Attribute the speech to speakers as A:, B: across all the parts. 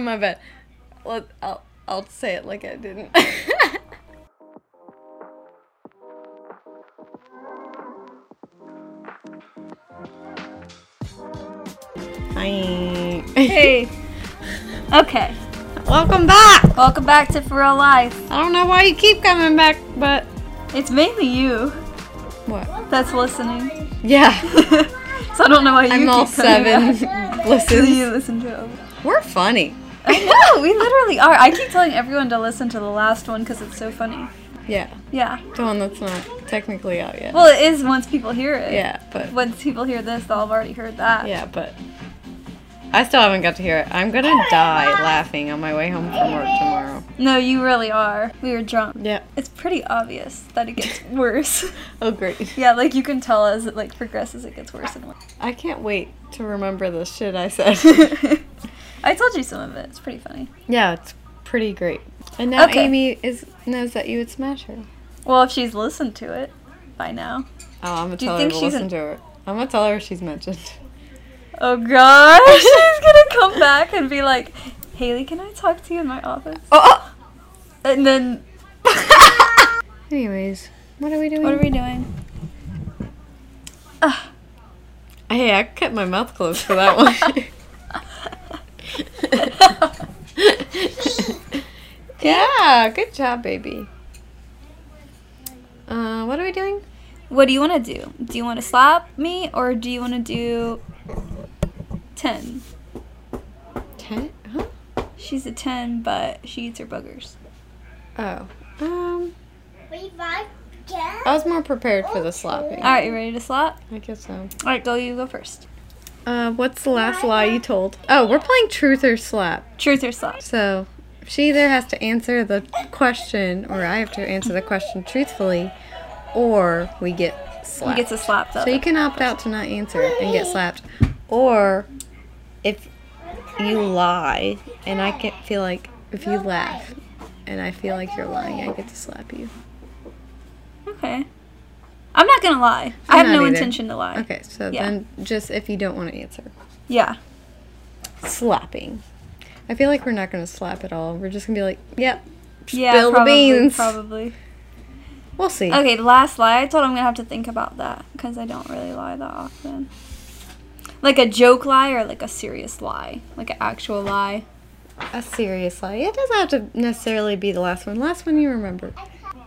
A: my bad. Let, I'll, I'll say it like I didn't. Hi.
B: Hey. okay.
A: Welcome back.
B: Welcome back to For Real Life.
A: I don't know why you keep coming back, but
B: It's mainly you
A: what?
B: that's listening.
A: Yeah,
B: so I don't know why you
A: I'm
B: keep
A: all
B: coming
A: seven
B: back. So
A: listens.
B: you listen to it.
A: We're funny.
B: I know, we literally are. I keep telling everyone to listen to the last one because it's so funny.
A: Yeah,
B: Yeah.
A: the one that's not technically out yet.
B: Well, it is once people hear it.
A: Yeah, but
B: Once people hear this, they'll have already heard that.
A: yeah, but I still haven't got to hear it. I'm
B: Oh
A: gonna die laughing on my way home from work tomorrow.
B: No, you really are. We were drunk.
A: Yeah.
B: It's pretty obvious that it gets worse.
A: Oh great.
B: yeah, like you can tell as it like progresses, it gets worse and worse.
A: I can't wait to remember the shit I said.
B: I told you some of it. It's pretty funny.
A: yeah, it's pretty great. And now
B: Okay.
A: Amy is knows that you would smash her.
B: Well, if she's listened to it by now.
A: Oh, I'm gonna
B: Do you
A: tell her
B: think
A: to
B: she's
A: listen
B: an-
A: to her. I'm gonna tell her she's mentioned.
B: Oh gosh, she's gonna come back and be like, Haley, can I talk to you in my office?
A: Oh.
B: And then,
A: Anyways, what are we doing?
B: what are we doing? Ugh.
A: Hey, I kept my mouth closed for that one. yeah, good job, baby. Uh, what are we doing?
B: What do you want to do? Do you want to slap me or do you want to do 10?
A: Ten? Huh?
B: She's a 10, but she eats her boogers.
A: Oh. Um,
C: We five ten.
A: I was more prepared for the slapping.
B: All right, you ready to slap?
A: I guess so.
B: All right, go, you go first.
A: Uh, what's the last lie you told? Oh, we're playing truth or slap.
B: Truth or slap?
A: So she either has to answer the question, or I have to answer the question truthfully, or we get
B: He
A: slapped.
B: gets a slap, though.
A: So you can opt out to not answer and get slapped, or if you lie and I can feel like if you laugh and I feel like you're lying, I get to slap you.
B: Okay. I'm not going to lie. i
A: I'm
B: have no
A: not either.
B: intention to lie.
A: Okay, so
B: Yeah.
A: then just if you don't want to answer,
B: Yeah.
A: slapping. I feel like we're not gonna slap at all. We're just gonna be like, yep,
B: Yeah,
A: Spill the
B: probably,
A: beans.
B: probably.
A: we'll see.
B: Okay, last lie. I told I'm gonna have to think about that because I don't really lie that often. Like a joke lie or like a serious lie, like an actual lie.
A: A serious lie. Uh, It doesn't have to necessarily be the last one. Last one you remember.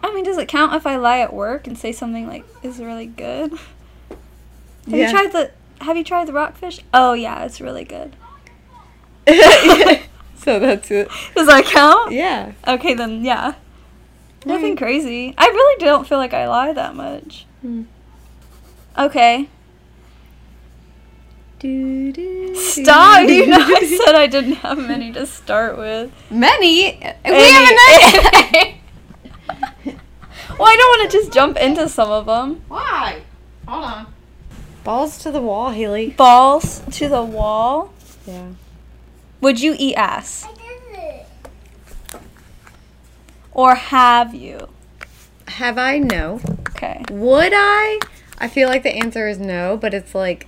B: I mean, does it count if I lie at work and say something like is really good? Have
A: Yeah.
B: you tried the Have you tried the rockfish? Oh yeah, it's really good.
A: so that's it.
B: Does that count?
A: Yeah.
B: Okay, then yeah. Nothing
A: Alright.
B: crazy. I really don't feel like I lie that much.
A: Hmm.
B: Okay.
A: Do, do, do,
B: Stop.
A: do,
B: You know I
A: do.
B: said I didn't have many to start with.
A: Many. We
B: Any-
A: haven't many.
B: Well, I don't want to just jump into some of them.
A: Why? Hold on. Balls to the wall, Haley.
B: Balls to the wall.
A: Yeah.
B: Would you eat ass?
C: I did it.
B: Or have you?
A: Have I? No.
B: Okay.
A: Would I? I feel like the answer is no, but it's like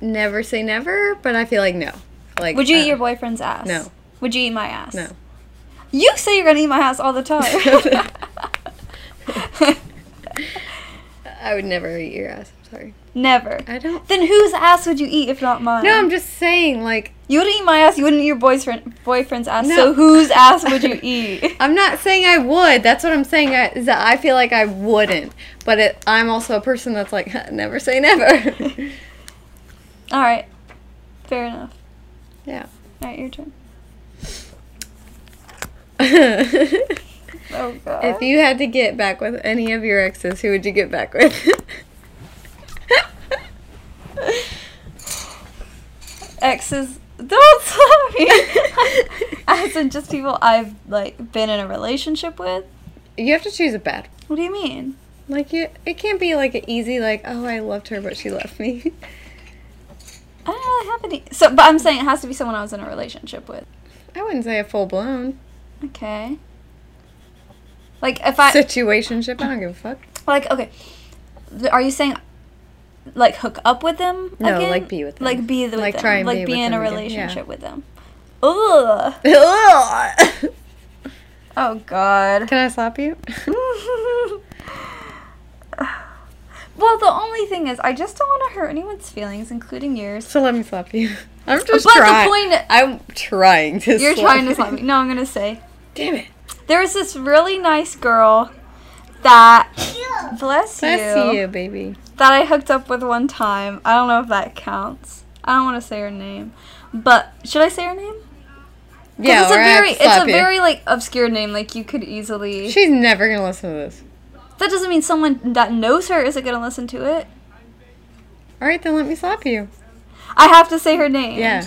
A: never say never. But I feel like no. Like
B: Would you
A: uh,
B: eat your boyfriend's ass?
A: no.
B: Would you eat my ass?
A: No.
B: You say you're gonna eat my ass all the time.
A: I would never eat your ass. I'm sorry.
B: Never.
A: I don't.
B: Then whose ass would you eat if not mine?
A: No, I'm just saying. Like
B: You wouldn't eat my ass. You wouldn't eat your boyfriend boyfriend's ass.
A: No.
B: So whose ass would you eat?
A: I'm not saying I would. That's what I'm saying. I, is that I feel like I wouldn't. But it, I'm also a person that's like never say never.
B: all right. Fair enough.
A: yeah.
B: All right, your turn.
A: if
B: Oh god.
A: you had to get back with any of your exes, who would you get back with?
B: exes don't slap me as in just people i've like been in a relationship with
A: you have to choose a bad.
B: what do you mean
A: Like you, it can't be like an easy like. Oh, I loved her, but she left me.
B: i don't really have any so but i'm saying it has to be someone i was in a relationship with
A: I wouldn't say a full blown
B: okay like if i
A: situationship. I don't give a fuck.
B: like okay Th- are you saying like hook up with them
A: No,
B: again?
A: like, be with them.
B: like be the, with
A: Like,
B: them.
A: try and
B: like
A: be
B: be
A: with
B: in a
A: them again, yeah.
B: relationship with them Ugh.
A: Ugh.
B: Oh God.
A: Can I slap you?
B: well, the only thing is, I just don't want to hurt anyone's feelings, including yours.
A: so let me slap you. I'm just
B: but
A: trying.
B: the point,
A: I'm trying to.
B: you're
A: slap
B: trying to
A: you.
B: slap me. No, I'm gonna say
A: Damn it!
B: there was this really nice girl that
C: Ew.
B: bless you,
A: Bless you. baby.
B: that I hooked up with one time. I don't know if that counts. I don't want to say her name, but should I say her name? 'Cause
A: Yeah,
B: it's a
A: or I have
B: very
A: to slap
B: it's a
A: you.
B: very like obscure name. Like you could easily.
A: She's never gonna listen to this.
B: that doesn't mean someone that knows her isn't gonna listen to it.
A: All right, then let me slap you.
B: I have to say her name.
A: Yeah.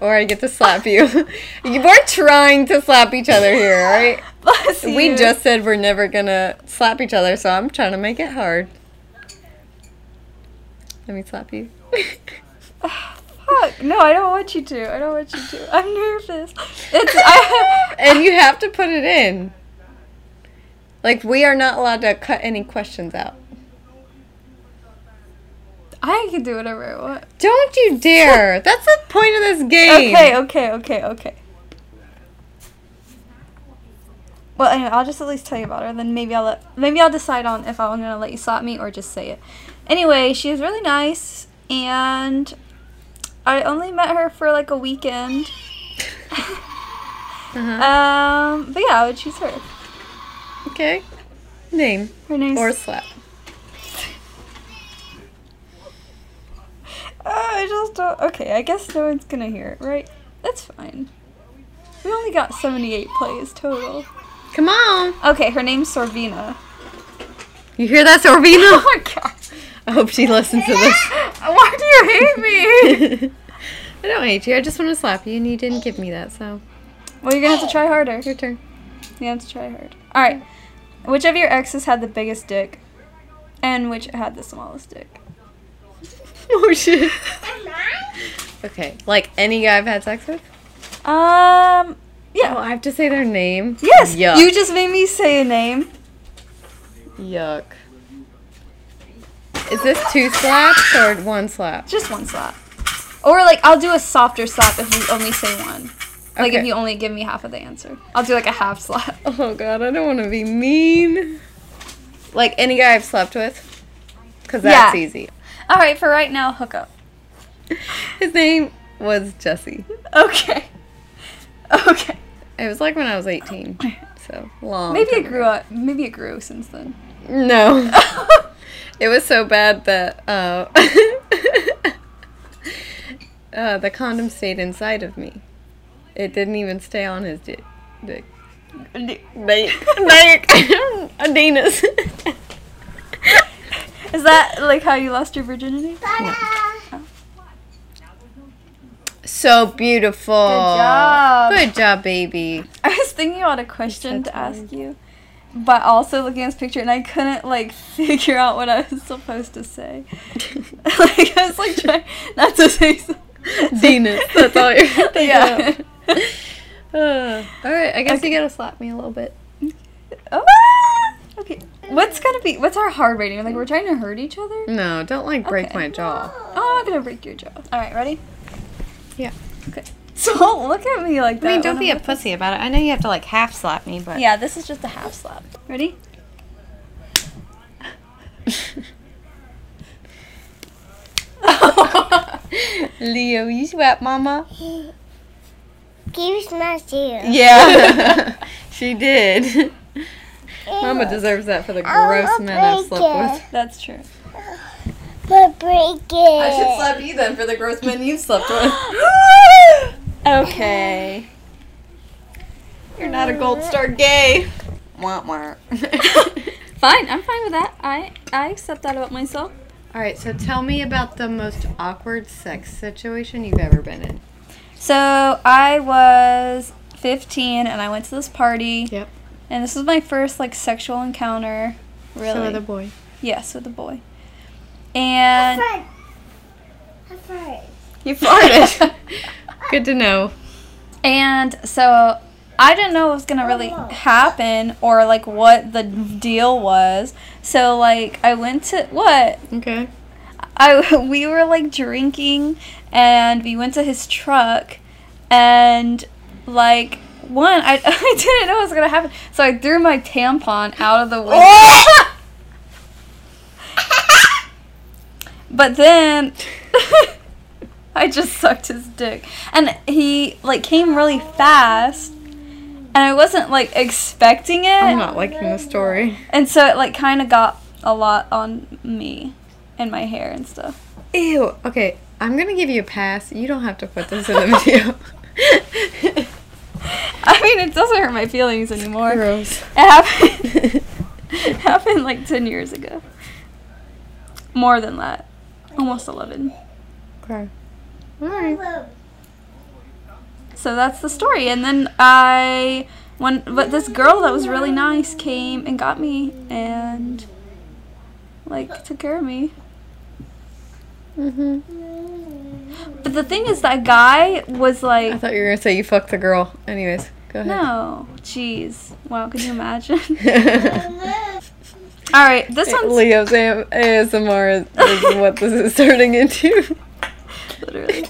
A: Or I get to slap you. we're trying to slap each other here, all right?
B: Bless you.
A: We just said we're never gonna slap each other, so I'm trying to make it hard. Let me slap you.
B: Fuck. No, I don't want you to. I don't want you to. I'm nervous. It's. I,
A: and you have to put it in. Like we are not allowed to cut any questions out.
B: I can do whatever I want.
A: Don't you dare! That's the point of this game.
B: Okay, okay, okay, okay. Well, anyway, I'll just at least tell you about her. Then maybe I'll let, maybe I'll decide on if I'm gonna let you slap me or just say it. Anyway, she was really nice, and I only met her for like a weekend.
A: Uh-huh.
B: Um, but yeah, I would choose her.
A: Okay. Name
B: Her name's
A: or slap.
B: Uh, I just don't. Okay, I guess no one's gonna hear it, right? That's fine. We only got 78 plays total.
A: Come on.
B: Okay, her name's Sorvina.
A: You hear that, Sorvino?
B: Oh my god.
A: I hope she listens to this.
B: Why do you hate me?
A: I don't hate you. I just want to slap you, and you didn't give me that, so
B: well, you're gonna have to try harder.
A: your turn.
B: You have to try hard. Alright. Which of your exes had the biggest dick? And which had the smallest dick?
A: Oh shit.
C: Am I?
A: Okay, like any guy I've had sex with.
B: Um.
A: Oh,
B: Yeah.
A: I have to say their name.
B: Yes!
A: Yuck.
B: You just made me say a name.
A: Yuck. Is this two slaps or one slap?
B: Just one slap. Or, like, I'll do a softer slap if you only say one. Like, if
A: Okay.
B: you only give me half of the answer. I'll do, like, a half slap.
A: Oh god, I don't want to be mean. Like any guy I've slept with, because that's
B: Yeah.
A: easy.
B: All right, for right now, hook up.
A: His name was Jesse.
B: Okay. Okay.
A: It was like when I was 18, so long.
B: Maybe
A: time
B: it grew up. Maybe it grew since then.
A: ago. No. It was so bad that uh, uh, the condom stayed inside of me. It didn't even stay on his dick. Dick. Dick. Dick. Adenas.
B: Is that like how you lost your virginity?
C: Ta-da.
A: so beautiful.
B: Good job.
A: Good job, baby.
B: I was thinking about a question to ask you, but also looking at this picture and I couldn't like figure out what I was supposed to say. like I was like trying not to say something.
A: Adenas. That's all you're thinking
B: yeah.
A: of. Uh, all right, I guess you gotta slap me a little bit.
B: Oh, ah! okay. What's gonna be? What's our hard rating? Like we're trying to hurt each other?
A: No, don't like Mm, break
B: Okay.
A: my jaw.
B: Oh, I'm not gonna break your jaw. All right, ready?
A: Yeah.
B: Okay. So don't look at me like
A: I
B: that.
A: mean, don't
B: when
A: be
B: I'm
A: a pussy about it. I know you have to like half slap me, but
B: Yeah, this is just a half slap. Ready?
A: Leo, you slap mama.
C: Can you smash you?
A: Yeah, she did. Mama deserves that for the gross men I've slept with.
B: That's true.
C: But break it.
A: slap you then for the gross men you've slept with.
B: Okay.
A: You're not a gold star gay. Wah, wah.
B: Fine, I'm fine with that. I I accept that about myself.
A: All right, so tell me about the most awkward sex situation you've ever been in.
B: So I was 15 and I went to this party.
A: Yep.
B: And this was my first like sexual encounter. Really?
A: boy.
B: yes, with a boy. And
C: Fart. I fart.
A: You farted. Good to know.
B: And so I didn't know what was gonna really
A: Oh.
B: happen or like what the deal was. So like I went to what
A: Okay.
B: I we were like drinking and we went to his truck and like one, I, I didn't know what was gonna happen, so I threw my tampon out of the window. but then I just sucked his dick, and he like came really fast, and I wasn't like expecting it,
A: I'm not liking the story.
B: and so it like kind of got a lot on me and my hair and stuff.
A: Ew. Okay, I'm gonna give you a pass. You don't have to put this in the video.
B: I mean, it doesn't hurt my feelings anymore.
A: Gross.
B: It happened. it happened like ten years ago. More than that, almost eleven.
A: Okay. Alright.
B: So that's the story. And then I, when but this girl that was really nice came and got me and like took care of me.
A: Mm-hmm.
B: But the thing is, that guy was
A: I
B: like,
A: thought you were gonna say you fucked the girl. Anyways, go ahead.
B: no, jeez, wow, can you imagine?
C: Mama.
B: All right, this one's
A: Leo's A- ASMR is, is what this is turning into.
B: literally.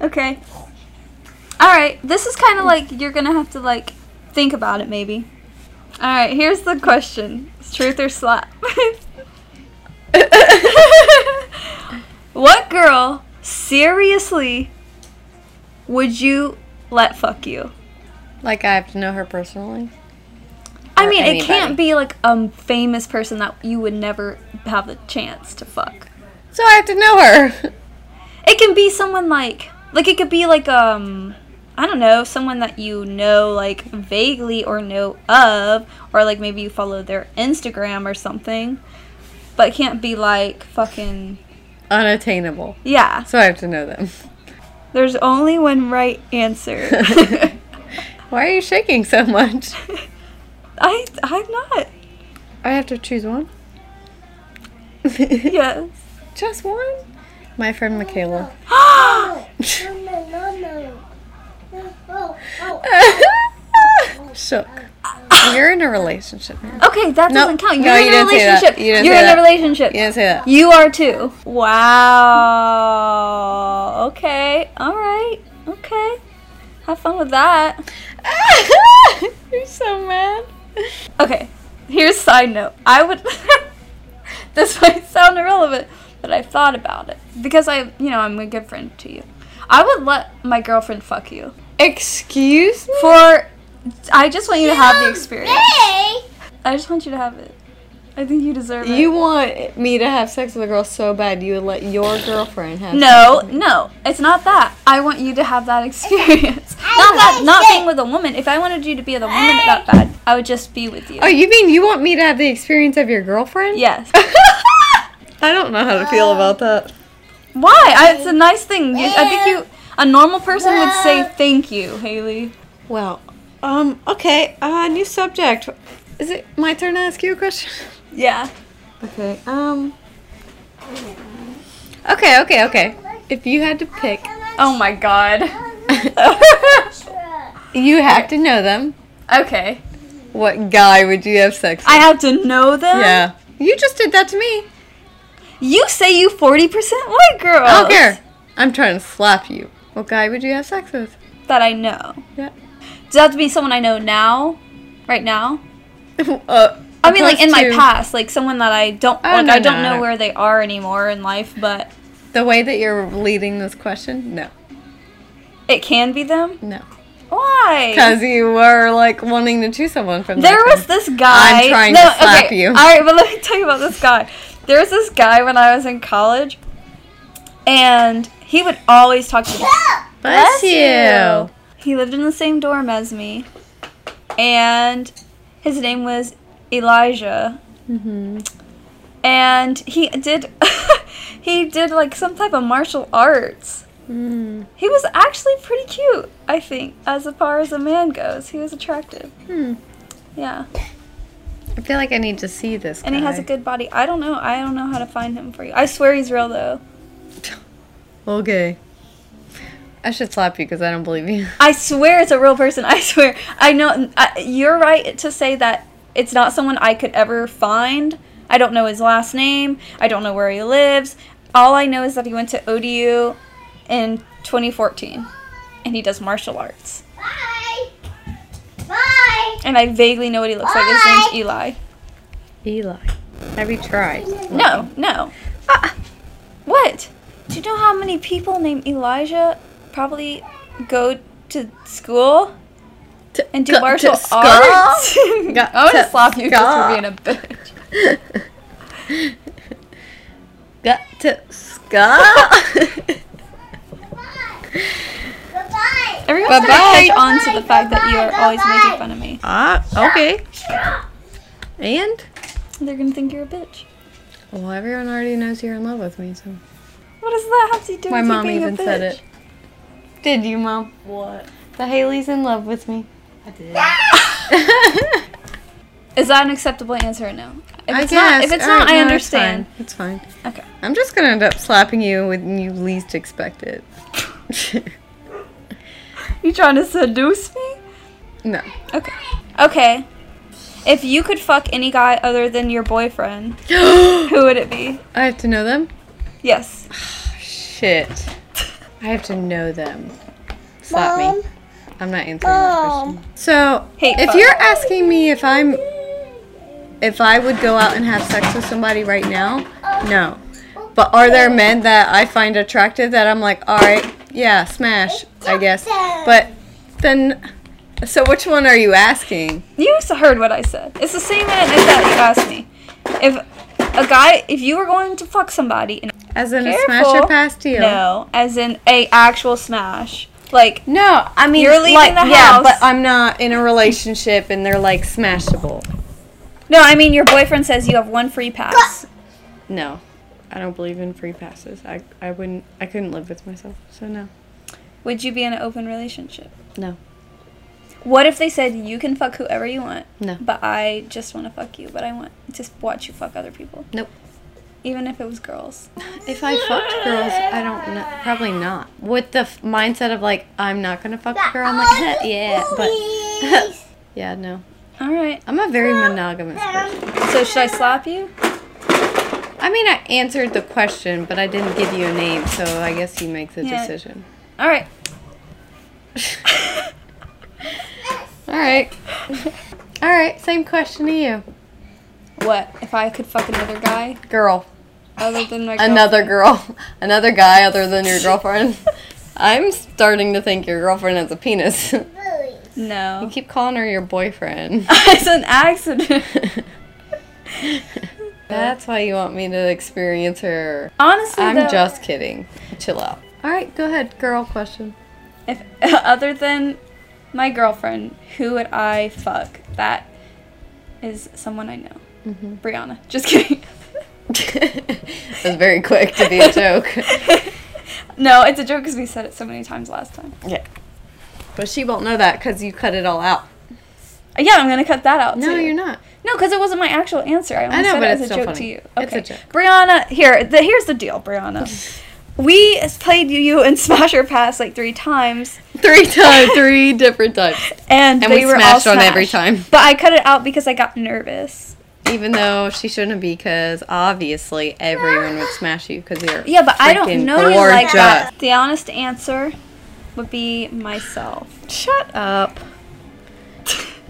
B: okay. All right. This is kind of like you're gonna have to like think about it maybe. All right. Here's the question: It's Truth or slap? what girl seriously would you let fuck you?
A: like I have to know her personally.
B: I
A: Or
B: mean, it
A: anybody.
B: can't be like a famous person that you would never have the chance to fuck.
A: So I have to know her.
B: it can be someone like like it could be like um I don't know, someone that you know like vaguely or know of or like maybe you follow their Instagram or something. But it can't be like fucking
A: Unattainable.
B: yeah.
A: So I have to know them.
B: There's only one right answer.
A: Why are you shaking so much?
B: I I'm not.
A: I have to choose one.
B: Yes.
A: Just one? My friend Michaela.
C: Oh, oh.
A: Shook. You're in a relationship now.
B: okay, that doesn't
A: Nope.
B: count. You're
A: No,
B: in
A: you didn't
B: a
A: say that.
B: relationship.
A: You didn't
B: You're
A: say
B: in
A: that.
B: a relationship.
A: You didn't say that.
B: You are too. Wow. Okay. All right. Okay. Have fun with that.
A: You're so mad.
B: Okay. Here's side note. I would. this might sound irrelevant, but I've thought about it because I, you know, I'm a good friend to you. I would let my girlfriend fuck you
A: Excuse me?
B: for. I just want you to have the experience.
C: Hey.
B: I just want you to have it. I think you deserve it.
A: You want me to have sex with a girl so bad you would let your girlfriend have
B: No, no, it's not that. I want you to have that experience. not that, not being with a woman. If I wanted you to be with a woman that bad, I would just be with you.
A: Oh, you mean you want me to have the experience of your girlfriend?
B: Yes.
A: I don't know how to feel about that.
B: Why? I, it's a nice thing. You, I think you, a normal person would say thank you, Haley.
A: Well, um, okay, uh, new subject. Is it my turn to ask you a question?
B: Yeah.
A: Okay, um. Okay, okay, okay. If you had to pick,
B: Oh my god.
A: you have to know them.
B: okay.
A: What guy would you have sex with?
B: I have to know them.
A: yeah. You just did that to me.
B: You say you forty percent white girl.
A: I don't care. I'm trying to slap you. What guy would you have sex with?
B: That I know.
A: Yeah.
B: Does that have to be someone I know now? Right now?
A: uh,
B: I mean, like in my
A: opposed to
B: past, like someone that I don't,
A: Oh,
B: like
A: no,
B: I
A: no,
B: don't know
A: no.
B: where they are anymore in life, but
A: The way that you're leading this question, no,
B: it can be them.
A: no,
B: Why?
A: because you were like wanting to choose someone from
B: There
A: that
B: was this guy.
A: I'm trying to slap you.
B: All right, but let me tell you about this guy. There was this guy when I was in college, and he would always talk to me.
A: thing. Bless
B: Bless
A: you.
B: He lived in the same dorm as me, and his name was Elijah.
A: hmm
B: And he did, he did like some type of martial arts.
A: Mm.
B: He was actually pretty cute, I think, as far as a man goes. He was attractive.
A: Hmm.
B: Yeah.
A: I feel like I need to see this.
B: And he has a
A: guy.
B: good body. I don't know. I don't know how to find him for you. I swear he's real though.
A: Okay. I should slap you because I don't believe you.
B: I swear it's a real person. I swear. I know I, you're right to say that it's not someone I could ever find. I don't know his last name. I don't know where he lives. all I know is that he went to ODU in 2014 and he does martial arts.
C: Bye. Bye.
B: And I vaguely know what he looks like. His name's Eli.
A: Eli. Have you tried?
B: No, no. Ah, what? Do you know how many people named Elijah probably go to school
A: To-
B: and do
A: go- to
B: martial
A: school?
B: arts?
A: Go-
B: I want to
A: to
B: slap you just for
A: school.
B: being a bitch.
A: Got to Scott.
C: Goodbye.
B: Everyone's gonna
A: Bye-bye.
B: catch on to the fact that you are always making fun of me.
A: ah, okay. And?
B: They're gonna think you're a bitch.
A: Well, everyone already knows you're in love with me, so.
B: What does that have to do
A: My
B: with you
A: mom
B: being a
A: even said
B: bitch?
A: it. Did you, Mom? What? The Haley's in love with me.
D: I did.
B: Is that an acceptable answer or no? If
A: I
B: it's
A: guess.
B: not, if it's
A: All
B: not,
A: right,
B: I
A: no,
B: understand.
A: It's fine. It's fine.
B: Okay.
A: I'm just gonna end up slapping you when you least expect it.
B: You trying to seduce me?
A: no.
B: Okay. Okay. If you could fuck any guy other than your boyfriend,
A: I
B: who would it be?
A: have to know them.
B: Yes.
A: Shit. I have to know them. Slap me. I'm not answering that question. So,
B: Hate
A: if
B: fuck.
A: you're asking me if I'm if I would go out and have sex with somebody right now, no. But are there men that I find attractive that I'm like, all right, yeah, smash, I guess. But then, so which one are you asking?
B: You s- heard what I said. It's the same minute I said you asked me. If a guy, if you were going to fuck somebody, and
A: As in a smash
B: Careful.
A: or pass deal?
B: no, as in a actual smash, like
A: No, I mean,
B: You're leaving
A: like,
B: the
A: yeah,
B: house.
A: but I'm not in a relationship and they're like smashable.
B: no, I mean your boyfriend says you have one free pass.
A: No, I don't believe in free passes. I, I wouldn't, I couldn't live with myself, so no.
B: Would you be in an open relationship?
A: No.
B: What if they said you can fuck whoever you want?
A: No.
B: But I just want to fuck you, but I want just watch you fuck other people.
A: Nope.
B: Even if it was girls.
A: If I fucked girls, I don't know. Probably not. With the f- mindset of like, I'm not gonna fuck a girl. I'm like, "Heh, yeah, but yeah, no.
B: All right.
A: I'm a very monogamous person.
B: So should I slap you?
A: I mean, I answered the question, but I didn't give you a name, so I guess you make the
B: Yeah.
A: decision.
B: All right.
A: All right. All right. Same question to you,
B: What if I could fuck another guy
A: girl.
B: other than my girl?
A: Another girl. Another guy other than your girlfriend. I'm starting to think your girlfriend has a penis. you
B: No.
A: keep calling her your boyfriend.
B: it's an accident.
A: That's why you want me to experience her.
B: Honestly,
A: I'm
B: though,
A: just kidding. Chill out. All right, go ahead, girl question.
B: if other than my girlfriend, who would I fuck? That is someone I know.
A: Mm-hmm.
B: Brianna. Just kidding.
A: it was very quick to be a joke.
B: no, it's a joke because we said it so many times last time.
A: yeah. But she won't know that because you cut it all out.
B: Uh, Yeah, I'm gonna cut that out.
A: No,
B: too.
A: you're not.
B: No, because it wasn't my actual answer. I only
A: I know,
B: said
A: but
B: it as
A: it's
B: a
A: still
B: joke to
A: funny.
B: you.
A: It's a joke.
B: Brianna, here, the, here's the deal, Brianna. we s- played you in Smasher Pass like three times,
A: Three times, three different times.
B: and,
A: And
B: they
A: we
B: were
A: smashed
B: all
A: on every
B: smashed.
A: time.
B: But I cut it out because I got nervous.
A: Even though she shouldn't be, because obviously everyone would smash you because you're
B: Yeah, but I
A: freaking
B: don't know you like
A: gorgeous.
B: that. The honest answer would be myself.
A: Shut up.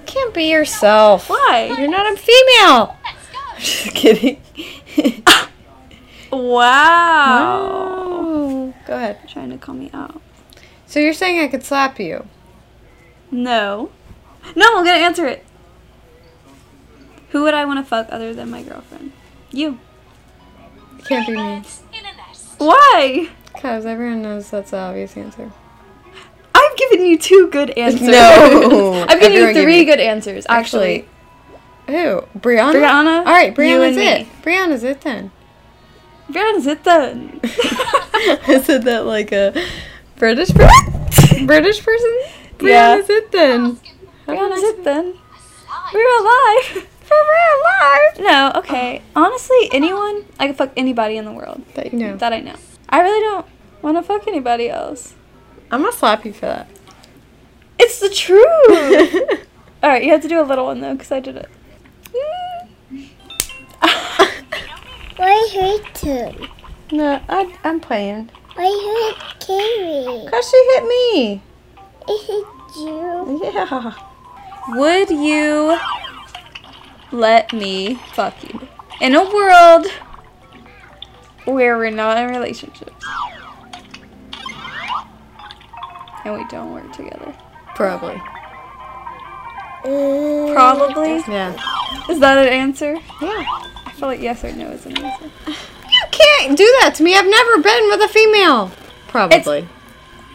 A: Can't be yourself.
B: Why?
A: You're not a female. Just kidding.
B: Wow.
A: Oh, Go ahead.
B: You're Trying to call me out.
A: So you're saying I could slap you?
B: No. No, I'm gonna answer it. Who would I want to fuck other than my girlfriend? You.
A: Can't be me.
B: Why?
A: Cause everyone knows that's the obvious answer.
B: I've given you two good answers.
A: No.
B: I've given
A: Everyone
B: you
A: gave
B: three
A: me-
B: good answers, actually.
A: Who? Brianna.
B: Brianna,
A: All right,
B: you
A: Brianna's
B: and me.
A: it. Brianna's it then.
B: Brianna's it then.
A: I said that like a British person. British person.
B: Yeah.
A: Brianna's it then. How did I
B: Brianna's
A: say-
B: it then. We were alive. For real alive. No, okay. Honestly, anyone, I could fuck anybody in the world
A: That you know.
B: that I know. I really don't want to fuck anybody else.
A: I'm gonna slap you for
B: It's the truth.
A: that.
B: All right, you have to do a little one though, because I did it.
C: I hate him.
A: No, I, I'm playing.
C: Why you hit Carrie?
A: Cause she hit me.
C: It hit you.
A: Yeah.
B: Would you let me fuck you? In a world where we're not in relationships and we don't work together.
A: Probably.
B: Probably.
A: Yeah.
B: Is that an answer?
A: Yeah.
B: I feel like yes or no is an answer.
A: You can't do that to me. I've never been with a female. Probably.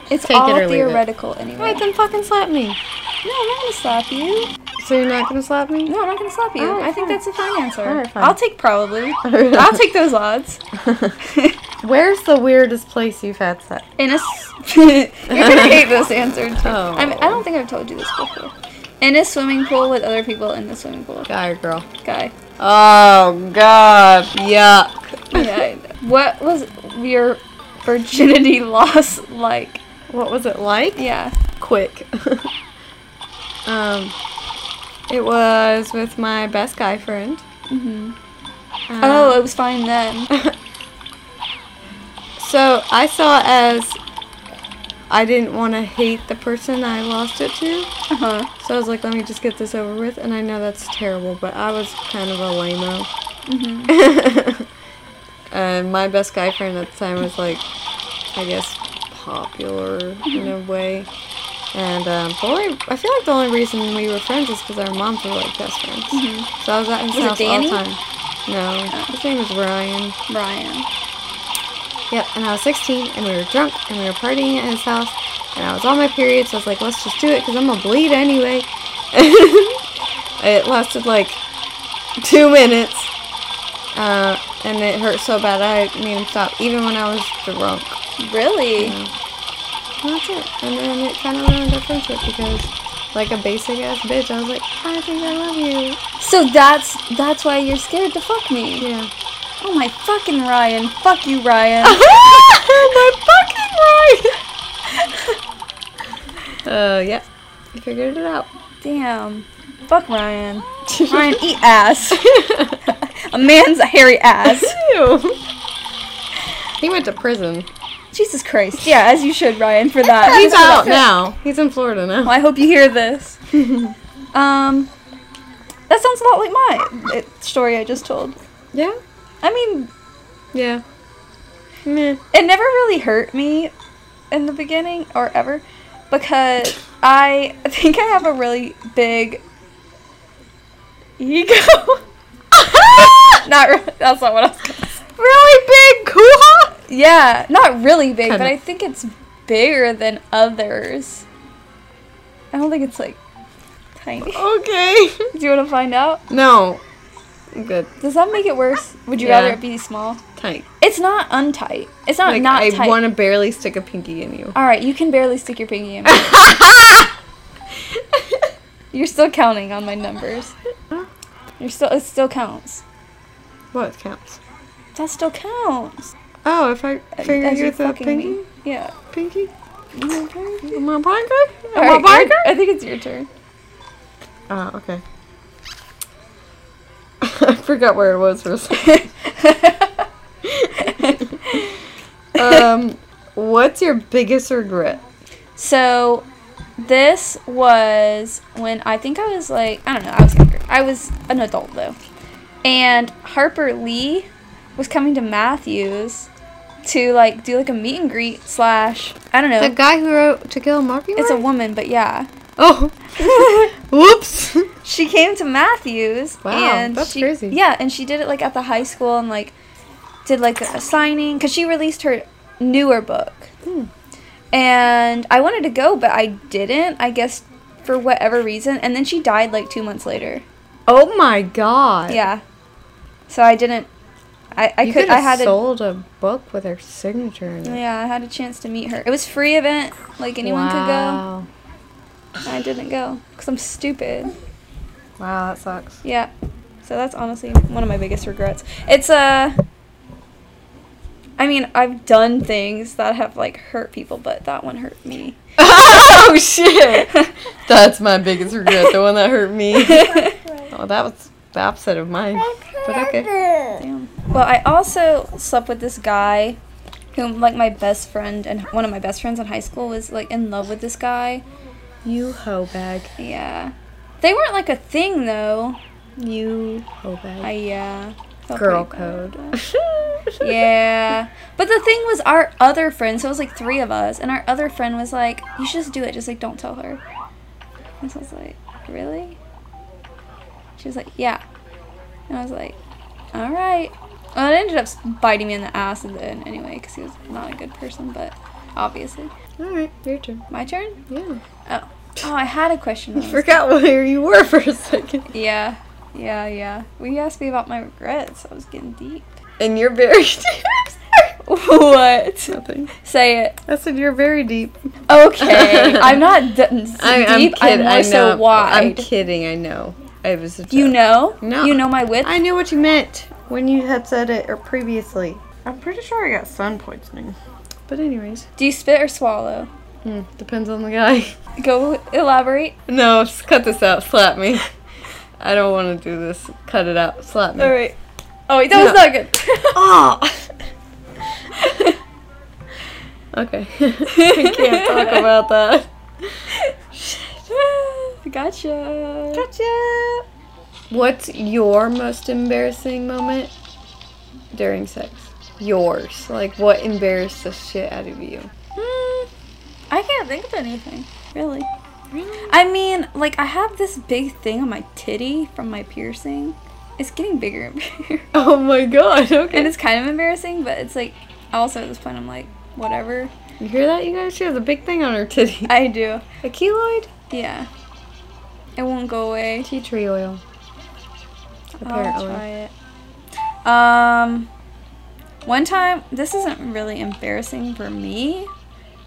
B: It's
A: Take it Oh
B: all
A: or leave it.
B: theoretical anyway.
A: Alright, then fucking slap me.
B: No, I'm not gonna slap you.
A: So you're not gonna slap me?
B: No, I'm not gonna slap you.
A: Alright,
B: I think
A: fine.
B: that's a fine answer.
A: Alright, fine.
B: I'll take probably. I'll take those odds.
A: Where's the weirdest place you've had sex?
B: In a s- you're gonna hate this answer too.
A: Oh.
B: I'm, I don't think I've told you this before. In a swimming pool with other people in the swimming pool.
A: Guy or girl?
B: Guy.
A: Oh god. Yuck.
B: Yeah. I know. what was your virginity loss like?
A: What was it like?
B: Yeah.
A: Quick. um it was with my best guy friend.
B: hmm
A: Um,
B: Oh, it was fine then.
A: Uh, So I saw it as I didn't want to hate the person I lost it to.
B: Uh huh.
A: So I was like, let me just get this over with. And I know that's terrible, but I was kind of a lame
B: Mm-hmm.
A: And my best guy friend at the time was like, I guess, popular in
B: Mm-hmm.
A: a way. And um, the only, I feel like the only reason we were friends is because our moms were like best friends. So I was at his
B: Mm-hmm.
A: house all
B: Was it
A: the
B: Danny? Oh.
A: time. No, his name was Ryan.
B: Brian.
A: Yep, and I was 16, and we were drunk, and we were partying at his house, and I was on my period, so I was like, let's just do it, because I'm gonna bleed anyway. it lasted like two minutes, uh, and it hurt so bad I made him stop, even when I was drunk.
B: Really?
A: And that's it. And then it kind of ruined our friendship, because, like a basic ass bitch, I was like, I think I love you.
B: So that's that's why you're scared to fuck me.
A: Yeah.
B: Oh my fucking Ryan. Fuck you, Ryan.
A: my fucking right! uh, yep. I figured it out.
B: Damn. Fuck Ryan. Ryan, eat ass. A man's hairy ass.
A: Ew. He went to prison.
B: Jesus Christ. Yeah, as you should, Ryan, for that.
A: Uh, He's out now. He's in Florida
B: Well,
A: now.
B: I hope you hear this. um, that sounds a lot like my it, story I just told.
A: Yeah?
B: I mean,
A: Yeah. Meh.
B: it never really hurt me in the beginning or ever because I think I have a really big ego. not re- that's not what I was gonna say.
A: Really big cool.
B: Yeah, not really big, but
A: Kinda.
B: I think it's bigger than others. I don't think it's like tiny.
A: Okay.
B: Do you want to find out?
A: No. I'm good.
B: Does that make it worse? Would you
A: Yeah.
B: rather it be small?
A: Tight.
B: It's not untight. It's not
A: Like,
B: not
A: I
B: tight.
A: want to barely stick a pinky in you.
B: All right, you can barely stick your pinky in. me. You're still counting on my numbers. You're still it still counts.
A: what counts?
B: That still counts.
A: Oh, if I finger
B: As
A: you
B: you
A: with a
B: fucking-
A: pinky?
B: Yeah.
A: Pinky? Am
B: All
A: I a pinky? Am I a
B: right,
A: pinky?
B: your- I think it's your turn.
A: Oh, okay. I forgot where it was for a second. um, what's your biggest regret?
B: So this was when I think I was like I don't know, I was younger. I was an adult though. And Harper Lee was coming to Matthews to like do like a meet and greet slash I don't know.
A: The guy who wrote To Kill a Mockingbird.
B: it's a woman, but yeah.
A: oh, whoops.
B: she came to Matthews.
A: Wow,
B: and
A: that's
B: she,
A: crazy.
B: Yeah, and she did it like at the high school and like did like a signing because she released her newer book.
A: Hmm.
B: And I wanted to go, but I didn't. I guess for whatever reason. And then she died like two months later.
A: Oh my god.
B: Yeah, so I didn't. I I
A: You
B: could. I had a
A: sold a book with her signature in it.
B: yeah. I had a chance to meet her. It was free event. Like anyone
A: wow.
B: could go. I didn't go because I'm stupid.
A: Wow, that sucks.
B: Yeah. So that's honestly one of my biggest regrets. It's uh I mean, I've done things that have like hurt people, but that one hurt me.
A: oh shit. That's my biggest regret. The one that hurt me. oh, that was the opposite of mine. But okay.
C: Pepper.
B: Damn. Well, I also slept with this guy whom like my best friend and one of my best friends in high school was like in love with this guy.
A: You hoe bag.
B: Yeah. They weren't like a thing though.
A: You hoe bag.
B: I yeah. felt
A: Girl
B: pretty bad
A: code.
B: about that. yeah. But the thing was our other friend, so it was like three of us, and our other friend was like, You should just do it, just like don't tell her. And so I was like, Really? She was like, Yeah. And I was like, Alright. Well, it ended up biting me in the ass in the end anyway, because he was not a good person, but obviously.
A: Alright, your turn.
B: My turn?
A: Yeah.
B: Oh. Oh, I had a question. when I was
A: Forgot where you were for a second.
B: Yeah, yeah, yeah. Well, you asked me about my regrets. I was getting deep.
A: And you're very deep.
B: What?
A: Nothing.
B: Say it.
A: I said you're very deep.
B: Okay. I'm not d-
A: I, I'm
B: deep. I'm
A: kid-
B: more
A: I
B: so
A: know.
B: wide.
A: I'm kidding. I know. I was. A
B: You
A: joke.
B: know?
A: No.
B: You know my width?
A: I knew what you meant when you had said it or previously. I'm pretty sure I got sun poisoning. But anyways,
B: Do you spit or swallow?
A: hmm, depends on the guy.
B: Go elaborate.
A: No, just cut this out. Slap me. I don't want to do this. Cut it out. Slap me. Ah!
B: All right. Oh wait, that was
A: No.
B: not good.
A: Oh. okay. I can't talk about that.
B: gotcha.
A: Gotcha. What's your most embarrassing moment during sex? Yours. Like, what embarrassed the shit out of you?
B: Mm, I can't think of anything really. I mean, like I have this big thing on my titty from my piercing. It's getting bigger and bigger.
A: Oh my god, okay.
B: and it's kind of embarrassing, but it's like also at this point I'm like, whatever.
A: you hear that, you guys? She has a big thing on her titty.
B: I do.
A: A keloid?
B: Yeah. It won't go away.
A: Tea tree oil.
B: I'll
A: Apparently.
B: try it. Um one time this isn't really embarrassing for me,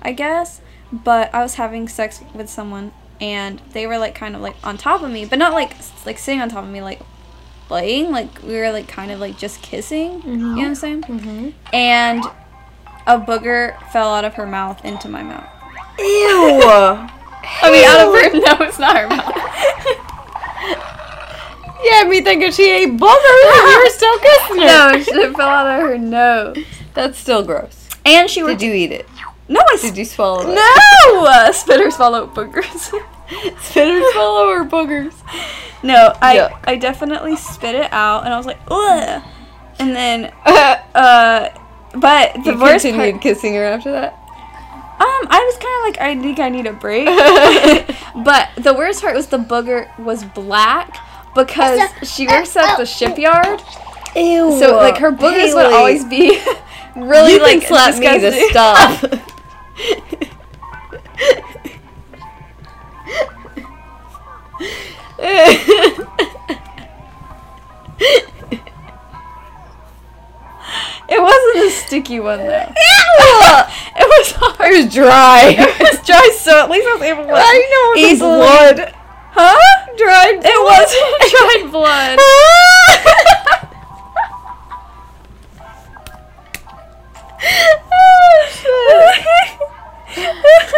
B: I guess, but I was having sex with someone and they were like kind of like on top of me, but not like s- like sitting on top of me like laying, like we were like kind of like just kissing. You know what I'm saying?
A: Mm-hmm.
B: And a booger fell out of her mouth into my mouth.
A: Ew!
B: I mean, out of her. No, it's not her mouth.
A: yeah, me thinking she ate booger. you were still kissing her.
B: no, it fell out of her nose.
A: That's still gross.
B: And she was.
A: Did you eat it?
B: No, I.
A: Did
B: Did
A: you swallow it?
B: no! Uh, spitter swallow boogers.
A: Spit or swallow or boogers?
B: no, I
A: Yeah.
B: I definitely spit it out, and I was like, ugh. And then, uh, but the
A: you
B: worst part.
A: continued kissing her after that?
B: Um, I was kind of like, I think I need a break. but the worst part was the booger was black because she works at the shipyard.
A: Ew.
B: So like her boogers would always be really
A: you
B: like
A: can slap me to
B: disgusting.
A: stop.
B: It wasn't a sticky one though. it was hard.
A: It was dry.
B: It was dry, so at least I was able to like,
A: I know it was
B: easily-
A: blood.
B: Huh?
A: Dried.
B: It was dried blood.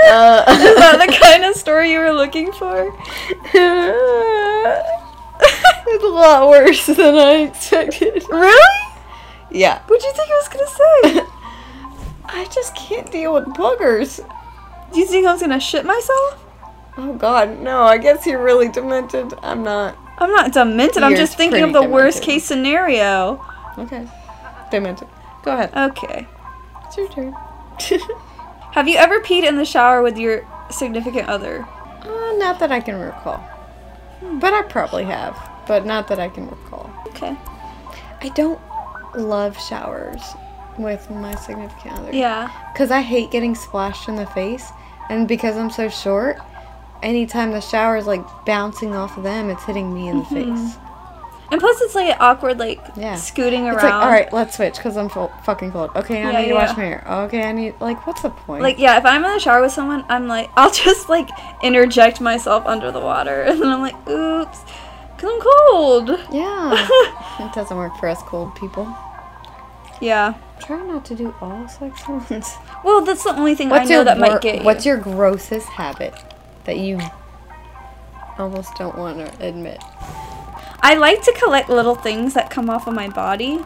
A: Oh,
B: Is that the kind of story you were looking for?
A: it's a lot worse than I expected.
B: Really?
A: Yeah.
B: What'd you think I was gonna say?
A: I just can't deal with boogers.
B: Do you think I was gonna shit myself?
A: Oh god, no, I guess you're really demented. I'm not.
B: I'm not demented. I'm
A: You're
B: just thinking of the
A: pretty
B: worst
A: demented.
B: case scenario.
A: Okay. Demented. Go ahead.
B: Okay.
A: It's your turn.
B: Have you ever peed in the shower with your significant other?
A: uh, not that I can recall. But I probably have. But not that I can recall.
B: Okay.
A: I don't love showers with my significant other.
B: Yeah.
A: Because I hate getting splashed in the face. And because I'm so short, anytime the shower is like bouncing off of them, it's hitting me in the face.
B: And plus, it's like awkward, like
A: Yeah.
B: scooting around.
A: It's like, all right, let's switch because I'm full, fucking cold. Okay, I
B: Yeah,
A: need to
B: yeah.
A: wash my hair. Okay, I need, like, what's the point?
B: Like, yeah, if I'm in the shower with someone, I'm like, I'll just like interject myself under the water, and then I'm like, oops, because I'm cold.
A: yeah. it doesn't work for us cold people.
B: yeah.
A: Try not to do all sex at once.
B: Well, that's the only thing I know that
A: wor-
B: might get you.
A: What's your grossest habit that you almost don't want to admit?
B: I like to collect little things that come off of my body,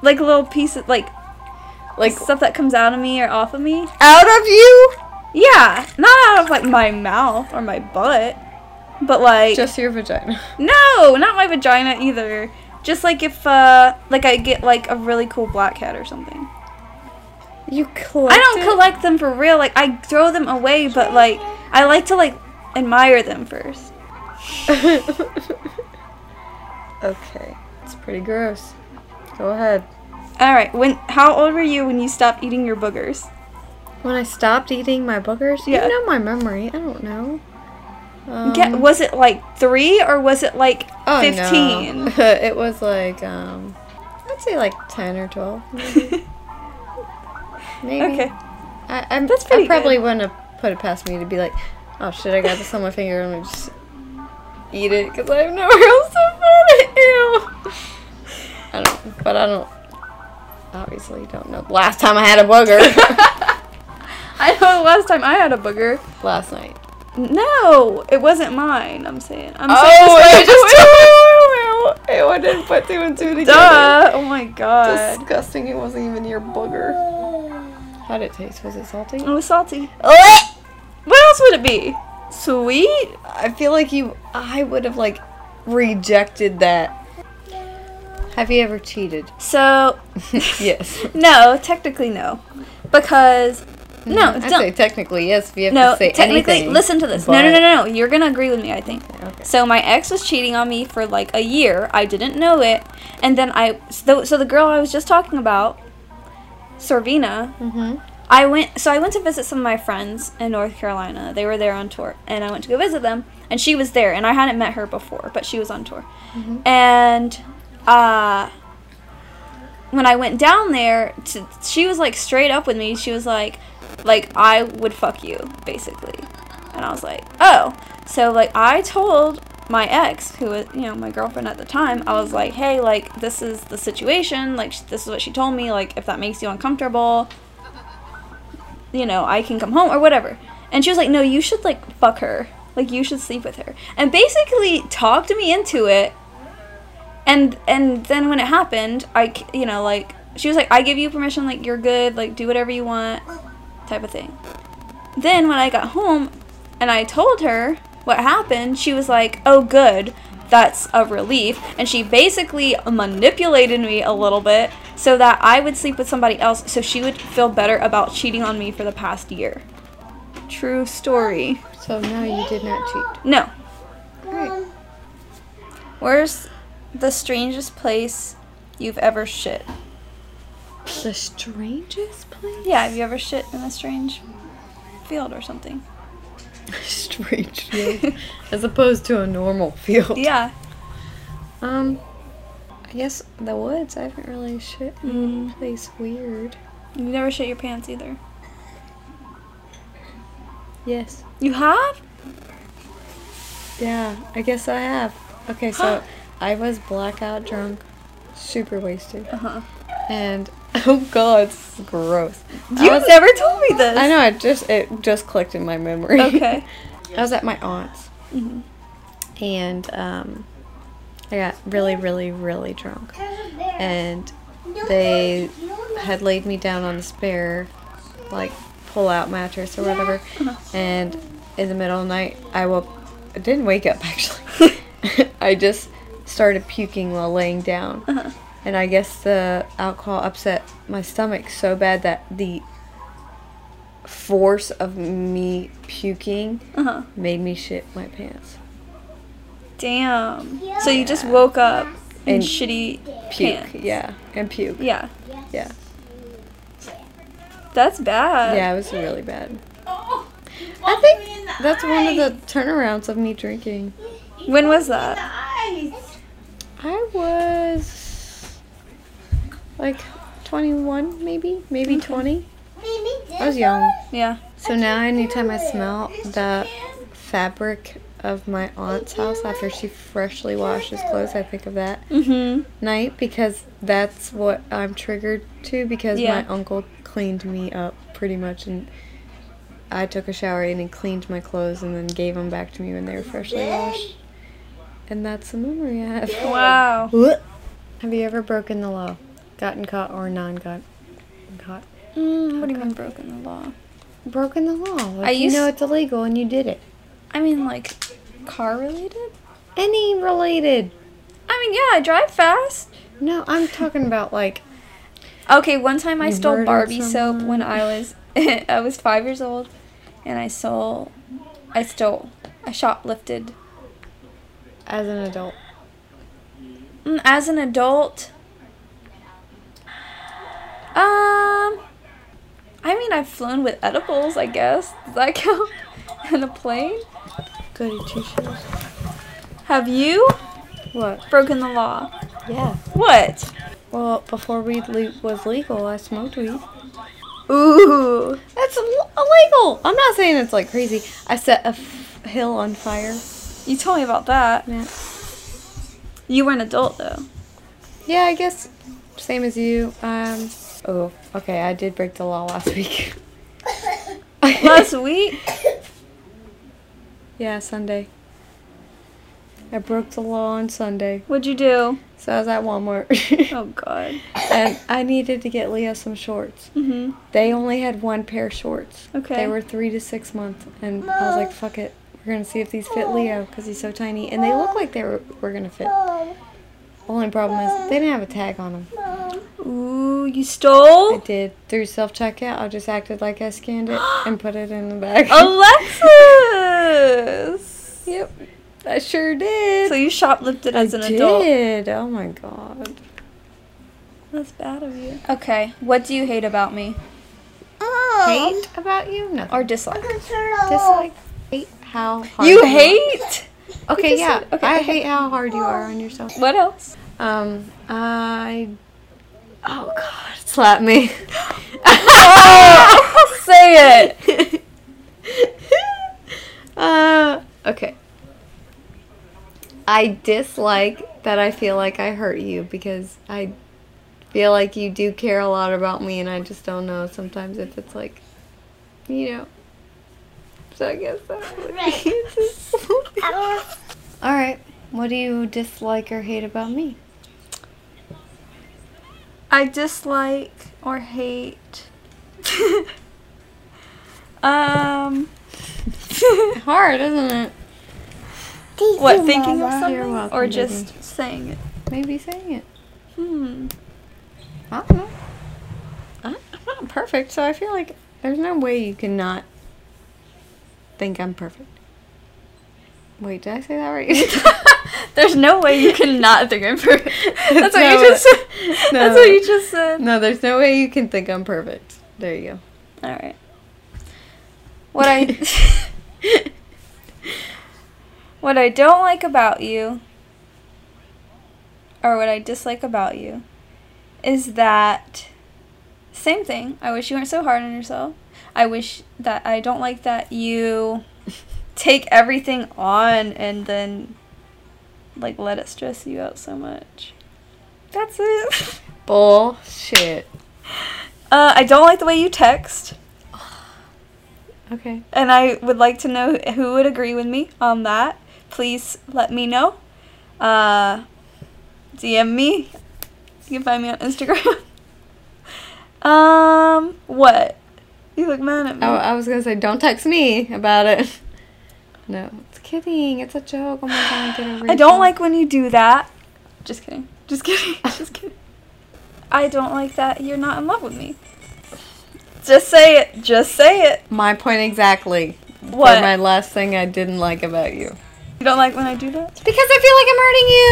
B: like little pieces, like
A: like
B: stuff that comes out of me or off of me.
A: out of you?
B: Yeah, not out of like my mouth or my butt, but like
A: Just your vagina.
B: no, not my vagina either. Just like if uh like I get like a really cool black hat or something.
A: You collect.
B: I don't collect them for real. Like I throw them away, but like I like to like admire them first.
A: okay, it's pretty gross. Go ahead.
B: All right. When how old were you when you stopped eating your boogers?
A: When I stopped eating my boogers,
B: Yeah.
A: you know my memory. I don't know. Um,
B: Get- was it like three or was it like
A: oh, no.
B: fifteen?
A: it was like um, I'd say like ten or twelve. Maybe.
B: okay.
A: I, I'm,
B: That's
A: I
B: pretty
A: probably
B: good.
A: wouldn't have put it past me to be like, oh shit, I got this on my finger. Let me just eat it because I have nowhere else to put it. Ew. I don't, but I don't, obviously don't know. the Last time I had a booger.
B: I know the last time I had a booger.
A: last night.
B: No, it wasn't mine. I'm saying. I'm
A: Oh,
B: saying.
A: I
B: this-
A: just Ew, I didn't put two and two together.
B: Duh! Oh my god.
A: Disgusting, it wasn't even your booger. How'd it taste? Was it salty?
B: It was salty. What else would it be? Sweet?
A: I feel like you. I would have like rejected that. Have you ever cheated?
B: So,
A: yes.
B: no, technically no, because no,
A: Mm, I
B: don't.
A: say technically yes. If you have
B: no,
A: to say
B: technically,
A: anything.
B: listen to this. No, no,
A: but-
B: no, no, no. You're gonna agree with me, I think.
A: Okay.
B: So my ex was cheating on me for like a year. I didn't know it, and then I so, so the girl I was just talking about, Sorvina.
A: Mhm.
B: I went so I went to visit some of my friends in North Carolina. They were there on tour, and I went to go visit them, and she was there, and I hadn't met her before, but she was on tour,
A: Mm-hmm.
B: and uh when I went down there, to, she was like straight up with me. She was like, like I would fuck you, basically. And I was like, oh. So like I told my ex, who was you know my girlfriend at the time, I was like, hey, like this is the situation. Like sh- this is what she told me. Like if that makes you uncomfortable, you know I can come home or whatever. And she was like, no, you should like fuck her. Like you should sleep with her. And basically talked me into it and and then when it happened i c- you know like she was like i give you permission like you're good like do whatever you want type of thing then when i got home and i told her what happened she was like oh good that's a relief and she basically manipulated me a little bit so that i would sleep with somebody else so she would feel better about cheating on me for the past year true story
A: So no, you did not cheat.
B: no
A: Great.
B: where's the strangest place you've ever shit
A: The strangest place.
B: Yeah, have you ever shit in a strange field or something?
A: Strange field, as opposed to a normal field.
B: Yeah.
A: Um, I guess the woods. I haven't really shit in
B: Mm.
A: a place weird.
B: You never shit your pants either.
A: Yes.
B: You have?
A: Yeah, I guess I have. Okay, so I was blackout drunk, super wasted,
B: Uh huh.
A: and oh god, this is gross. I
B: You
A: was-
B: never told me this.
A: I know. It just it just clicked in my memory.
B: Okay.
A: I was at my aunt's,
B: Mhm.
A: and um, I got really, really, really drunk, and they had laid me down on the spare, like pull out mattress or whatever. And in the middle of the night, I woke. I didn't wake up actually. I just started puking while laying down.
B: Uh-huh.
A: And I guess the alcohol upset my stomach so bad that the force of me puking
B: Uh huh.
A: made me shit my pants.
B: Damn. So you just woke up in
A: And
B: shitty
A: Puke,
B: pants.
A: yeah, and puke,
B: Yeah.
A: yeah,
B: That's bad.
A: yeah. It was really bad. I think that's one of the turnarounds of me drinking.
B: When was that?
A: I was like 21, maybe, maybe 20. I was young.
B: Yeah.
A: So now, anytime I smell the fabric of my aunt's house after she freshly washes clothes, I think of that
B: Mm hmm.
A: night because that's what I'm triggered to because
B: Yeah.
A: my uncle cleaned me up pretty much and I took a shower and he cleaned my clothes and then gave them back to me when they were freshly washed. And that's the memory I have.
B: Wow.
A: Have you ever broken the law? Gotten caught or non gotten caught?
B: What do you mean broken the law?
A: Broken the law. Like
B: I
A: you
B: used-
A: know it's illegal and you did it.
B: I mean like car related?
A: Any related.
B: I mean yeah, I drive fast.
A: No, I'm talking about like
B: Okay, one time I
A: You
B: stole
A: murdered
B: Barbie
A: someone.
B: soap when I was I was five years old, and I stole, I stole, I shoplifted.
A: as an adult.
B: Mm, As an adult, um, I mean I've flown with edibles, I guess. Does that count? In a plane?
A: Goody two shoes.
B: Have you
A: What?
B: broken the law?
A: Yeah.
B: What?
A: Well, before weed le- was legal, I smoked weed.
B: Ooh.
A: That's ill- illegal. I'm not saying it's like crazy. I set a f- hill on fire.
B: You told me about that.
A: Yeah.
B: You were an adult though.
A: Yeah, I guess same as you. Um. Oh, okay. I did break the law last week.
B: Last week?
A: yeah, Sunday. I broke the law on Sunday,
B: What'd you do?
A: so I was at Walmart,
B: Oh god.
A: and I needed to get Leah some shorts.
B: Mm-hmm.
A: They only had one pair of shorts.
B: Okay.
A: They were three to six months, and I was like, "Fuck it, we're gonna see if these fit Leo because he's so tiny." And they look like they were, were gonna fit.
C: Mom,
A: Only problem is they didn't have a tag on them.
C: mom,
B: Ooh, you
A: I
B: stole
A: did through self checkout. I just acted like I scanned it and put it in the bag.
B: Oh. Alexis.
A: yep, I sure did.
B: So you shoplifted as an
A: I
B: adult.
A: did. Oh my god.
B: That's bad of you. Okay, what do you hate about me
C: mom.
B: Oh.
A: Hate about you? No.
B: or dislike?
C: The turtle.
A: dislike. Hate how hard
B: Oh. You
A: are.
B: hate.
A: Okay,
B: just
A: yeah.
B: said- okay,
A: I
B: okay.
A: hate how hard you are on yourself.
B: What else?
A: Um, I. Oh God, slap me.
B: Say it.
A: uh, okay. I dislike that I feel like I hurt you because I feel like you do care a lot about me, and I just don't know sometimes if it's like, you know. So I guess that would be. All right. What do you dislike or hate about me?
B: I dislike or hate. um.
A: Hard, isn't it?
C: Thank
B: What
C: you,
B: thinking of
C: Mama.
B: something
A: welcome,
B: or
A: baby.
B: just saying it?
A: Maybe saying it.
B: Hmm.
A: I don't know. I, I'm not perfect, so I feel like there's no way you can not think I'm perfect. Wait, did I say that right?
B: There's no way you can not think I'm perfect. That's what
A: No,
B: you just said.
A: no.
B: That's what you just said.
A: no, there's no way you can think I'm perfect. There you
B: All right. What I
A: go.
B: what I don't like about you or what I dislike about you is that same thing. I wish you weren't so hard on yourself. I wish that I don't like that you take everything on and then like let it stress you out so much. That's it.
A: Bullshit.
B: Uh, I don't like the way you text,
A: Okay.
B: and I would like to know who would agree with me on that. Please let me know. Uh, DM me. You can find me on Instagram. um, what? You look mad at me.
A: Oh, I was gonna say, don't text me about it. No, it's kidding. It's a joke. Oh my god, get over
B: I don't
A: yourself.
B: like when you do that. Just kidding. Just kidding. Just kidding. I don't like that you're not in love with me. Just say it. Just say it.
A: my point exactly.
B: What?
A: For my last thing I didn't like about you.
B: You don't like when I do that?
A: Because I feel like I'm hurting you.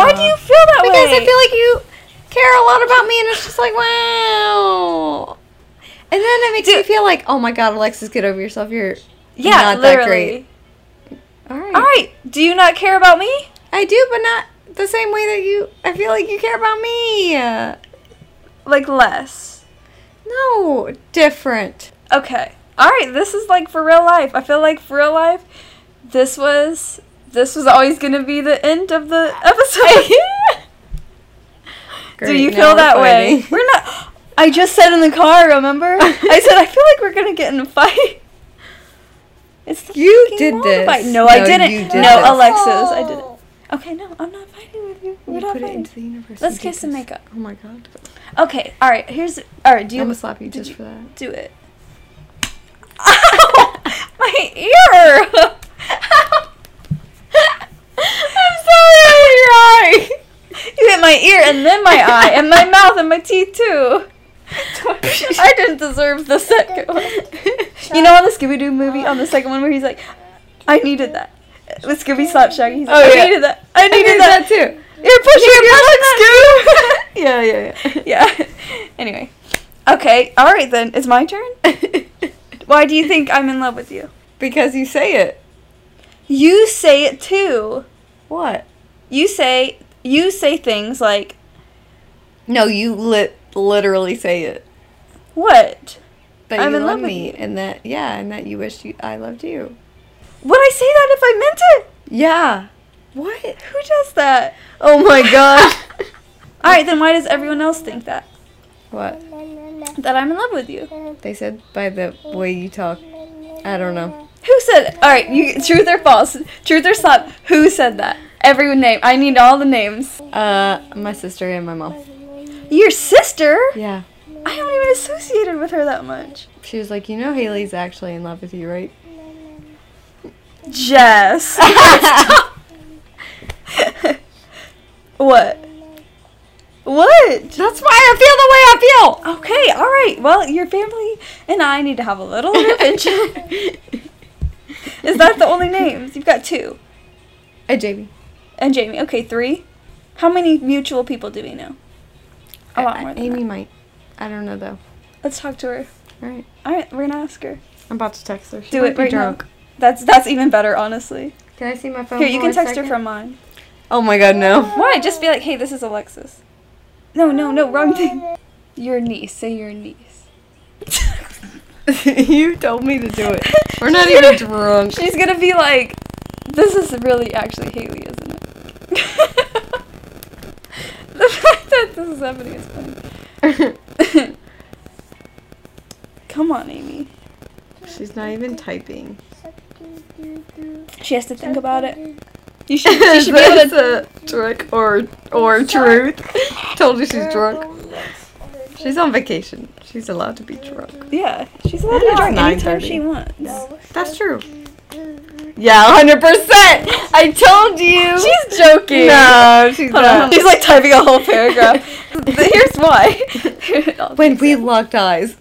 B: Why do you feel that way?
A: Because I feel like you care a lot about me, and it's just like wow. And then it makes me feel like, oh my god, Alexis, get over yourself. You're
B: Yeah,
A: Not that
B: literally.
A: great. all right.
B: All right. Do you not care about me?
A: I do, but not the same way that you. I feel like you care about me.
B: Like less.
A: No, different.
B: Okay. All right. This is like for real life. I feel like for real life, this was this was always gonna be the end of the episode. Do
A: Great,
B: you
A: now
B: feel
A: we're
B: that way?
A: fighting.
B: We're not. I just said in the car. Remember? I said I feel like we're gonna get in a fight. It's the
A: You
B: fucking
A: did
B: wall
A: this.
B: fight. No, I
A: No,
B: didn't.
A: you
B: no,
A: did this.
B: Alexis, I didn't. Okay, no, I'm not fighting with you. We're
A: You
B: not
A: put it
B: fighting.
A: into the universe.
B: Let's
A: You did
B: kiss and
A: this.
B: make up.
A: Oh my god.
B: Okay, all right. Here's all right. Do you
A: I'm gonna slap you
B: did
A: just for that.
B: Do it. Ow! My ear. I'm sorry. Your eye. You hit my ear and then my eye and my mouth and my teeth too. I didn't deserve the second one. you know, on the Scooby Doo movie, on the second one where he's like, "I needed that." With Scooby slap Shaggy, he's like,
A: Oh,
B: "I
A: yeah.
B: needed that. I needed,
A: needed that
B: that.
A: too.
B: You're pushing your buttons, Scoob.
A: Yeah, yeah,
B: yeah. Anyway. Okay. All right then. It's my turn.
A: yeah.
B: Why do you think I'm in love with you?
A: because you say it.
B: You say it too.
A: What?
B: You say you say things like
A: No, you li- literally say it.
B: what?
A: That
B: I'm
A: you
B: in love
A: love
B: with
A: me
B: you.
A: and that yeah, and that you wished you I loved you.
B: Would I say that if I meant it?
A: Yeah. What?
B: Who does that?
A: Oh my gosh.
B: All right then. Why does everyone else think that
A: what?
B: that I'm in love with you?
A: They said by the way you talk. I don't know.
B: Who said? All right. You truth or false? Truth or slap? Who said that? Every name. I need all the names.
A: Uh my sister and my mom.
B: Your sister?
A: Yeah.
B: I haven't even associated with her that much.
A: She was like, "You know Haley's actually in love with you, right?"
B: Jess. what? What?
A: That's why I feel the way I feel.
B: Okay, all right. Well, your family and I need to have a little intervention. Is that the only names? You've got two.
A: Hey, Jamie.
B: And Jamie. Okay, three. How many mutual people do we know? A lot
A: I-
B: more than
A: Amy
B: that.
A: might. I don't know though.
B: Let's talk to her.
A: All right.
B: All right, we're gonna ask her.
A: I'm about to text her. She
B: Do
A: might
B: it
A: be
B: right
A: drunk.
B: now. That's that's even better, honestly.
A: Can I see my phone?
B: Here, you
A: for
B: can
A: a
B: text her
A: second?
B: from mine.
A: Oh my god, no.
B: Why? Just be like, hey, this is Alexis. No, no, no, wrong thing. Your niece. Say your niece.
A: you told me to do it. We're not even drunk.
B: She's gonna be like, this is really actually Haley, isn't it? the fact that this is happening is funny. Come on, Amy.
A: She's not even typing.
B: She has to think about it. You should, you should be able
A: That's
B: to.
A: a trick or or truth. Told you she's drunk. She's on vacation. She's allowed to be drunk.
B: Yeah, she's allowed to
A: It's
B: drink anytime
A: 9:30.
B: she wants.
A: That's true. Yeah, hundred percent. I told you.
B: She's joking.
A: no, she's
B: Hold on.
A: not.
B: She's like typing a whole paragraph. Here's why.
A: when we locked eyes.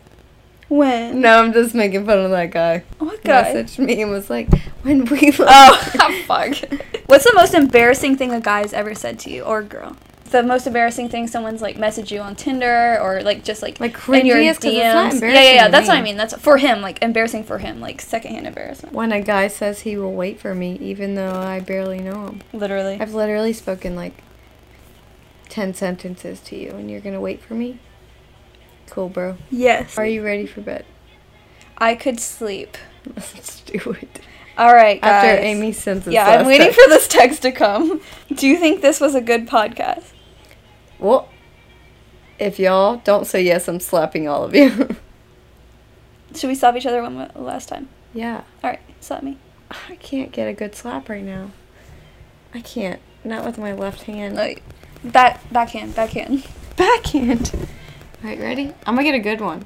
B: When?
A: No, I'm just making fun of that guy.
B: What
A: He
B: guy?
A: Messaged me and was like, "When we locked." Ah,
B: Oh, fuck. What's the most embarrassing thing a guy's ever said to you or a girl? The most embarrassing thing someone's like messaged you on Tinder or like just like,
A: Like
B: in your
A: cringiest, 'cause it's not
B: DMs. Yeah, yeah,
A: embarrassing
B: yeah.
A: to
B: That's what I
A: me.
B: mean. That's for him, like embarrassing for him, like secondhand embarrassment.
A: When a guy says he will wait for me, even though I barely know him.
B: Literally.
A: I've literally spoken like 10 sentences to you, and you're gonna wait for me? Cool, bro.
B: Yes.
A: Are you ready for bed?
B: I could sleep.
A: Let's do it.
B: All right, guys.
A: After Amy sends this.
B: Yeah, I'm waiting for this text to come. Do you think this was a good podcast?
A: for. Well, if y'all don't say yes, I'm slapping all of you.
B: Should we stop each other one mo- last time?
A: yeah.
B: All right, stop me.
A: I can't get a good slap right now. I can't. Not with my left hand.
B: Like back, backhand, backhand.
A: backhand. Alright, ready? I'm gonna get a good one.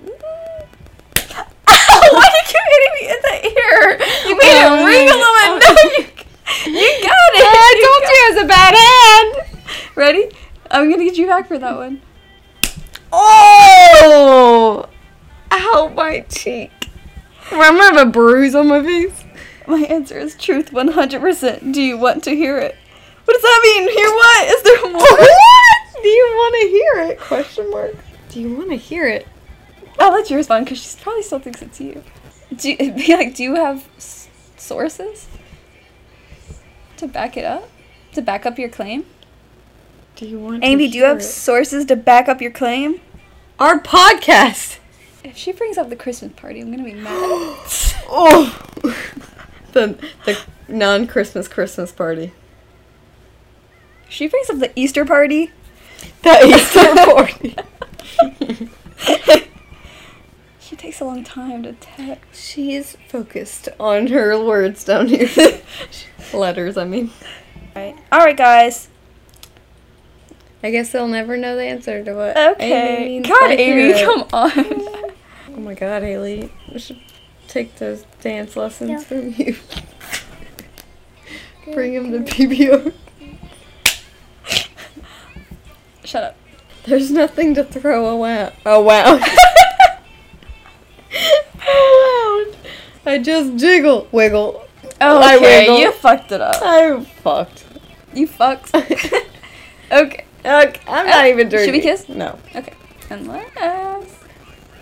B: Ow, why did you hit me in the ear? You made
A: Oh,
B: it ring a
A: no.
B: little bit. No, you, you got it.
A: I told you it was a bad hand!
B: Ready? I'm gonna get you back for that one.
A: Oh! Ow, my cheek. I'm gonna have a bruise on my face.
B: My answer is truth 100%. Do you want to hear it? What does that mean? Hear what? Is there more?
A: Do you want to hear it? Question mark. Do you want to hear it?
B: I'll let you respond because she probably still thinks it's you. Do you, be like, do you have s- sources to back it up? To back up your claim?
A: Do you want?
B: Amy,
A: to
B: do you have
A: hear it?
B: sources to back up your claim?
A: our podcast?
B: If she brings up the Christmas party, I'm gonna be mad.
A: Oh, the the non-Christmas Christmas party.
B: she brings up the Easter party.
A: The Easter party.
B: She takes a long time to text.
A: She's focused on her words down here. Letters, I mean.
B: Right. All right, guys.
A: I guess they'll never know the answer to what.
B: Okay.
A: Amy means
B: God,
A: by
B: Amy,
A: hero.
B: come on.
A: Oh my God, Haley, you should take those dance lessons
C: Yeah.
A: from you. Bring him to PBO.
B: Shut up.
A: There's nothing to throw around. Oh wow. around. I just jiggle, wiggle.
B: Oh,
A: I wiggle.
B: okay. You fucked it up.
A: I fucked.
B: You fucked. okay.
A: Okay, I'm not
B: Uh,
A: even dirty.
B: should we kiss?
A: No.
B: Okay. Unless.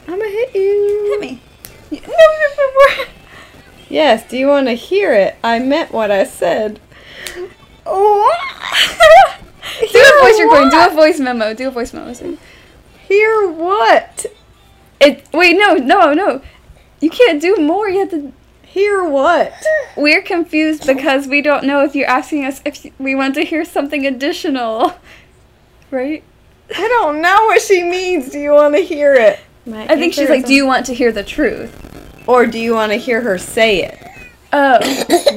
A: I'ma hit you.
B: Hit me. You- No, no, no,
A: Yes. Do you want to hear it? I meant what I said.
B: no. Do a voice recording. Do a voice memo. Do a voice memo. Soon.
A: Hear what?
B: It. Wait. No. No. No. You can't do more. You have to.
A: Hear what?
B: We're confused because we don't know if you're asking us if we want to hear something additional, right?
A: I don't know what she means. Do you want to hear it?
B: I think she's like, do you want to hear the truth?
A: Or do you want to hear her say it?
B: Oh.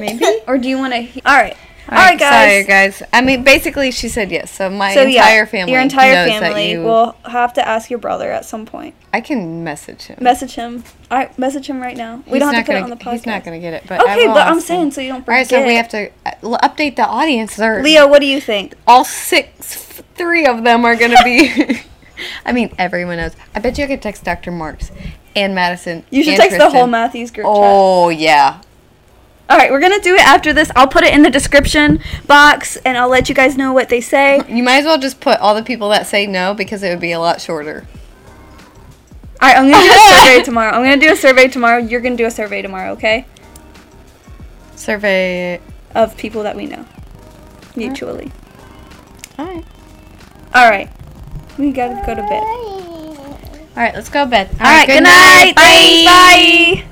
A: Maybe.
B: or do you want to? He- All right. All right, guys.
A: Sorry, guys. I mean, basically, she said yes. So my
B: So yeah,
A: entire family,
B: your entire
A: knows
B: family
A: that you,
B: will have to ask your brother at some point.
A: I can message him.
B: Message him. All right, message him right now. We
A: He's
B: don't
A: not
B: have to put
A: gonna,
B: it on the podcast.
A: He's not going to get it. But I
B: okay,
A: will
B: but I'm
A: ask
B: saying
A: him.
B: so you don't
A: All right,
B: forget.
A: so we have to uh, l- update the audience. They're,
B: Leo, what do you think?
A: all six, three of them are going to be. I mean, everyone knows. I bet you I could text Dr. Marks and Madison.
B: You should
A: and
B: text the whole
A: Kristen.
B: Matthews group chat.
A: Oh yeah.
B: All right, we're gonna do it after this. I'll put it in the description box, and I'll let you guys know what they say.
A: You might as well just put all the people that say no because it would be a lot shorter.
B: All right, I'm gonna do a survey tomorrow. I'm gonna do a survey tomorrow. You're gonna do a survey tomorrow, okay?
A: Survey.
B: Of people that we know mutually.
A: All right.
B: All right, we gotta go to bed.
A: All right, let's go to bed.
B: All right, good, night. Bye. Bye.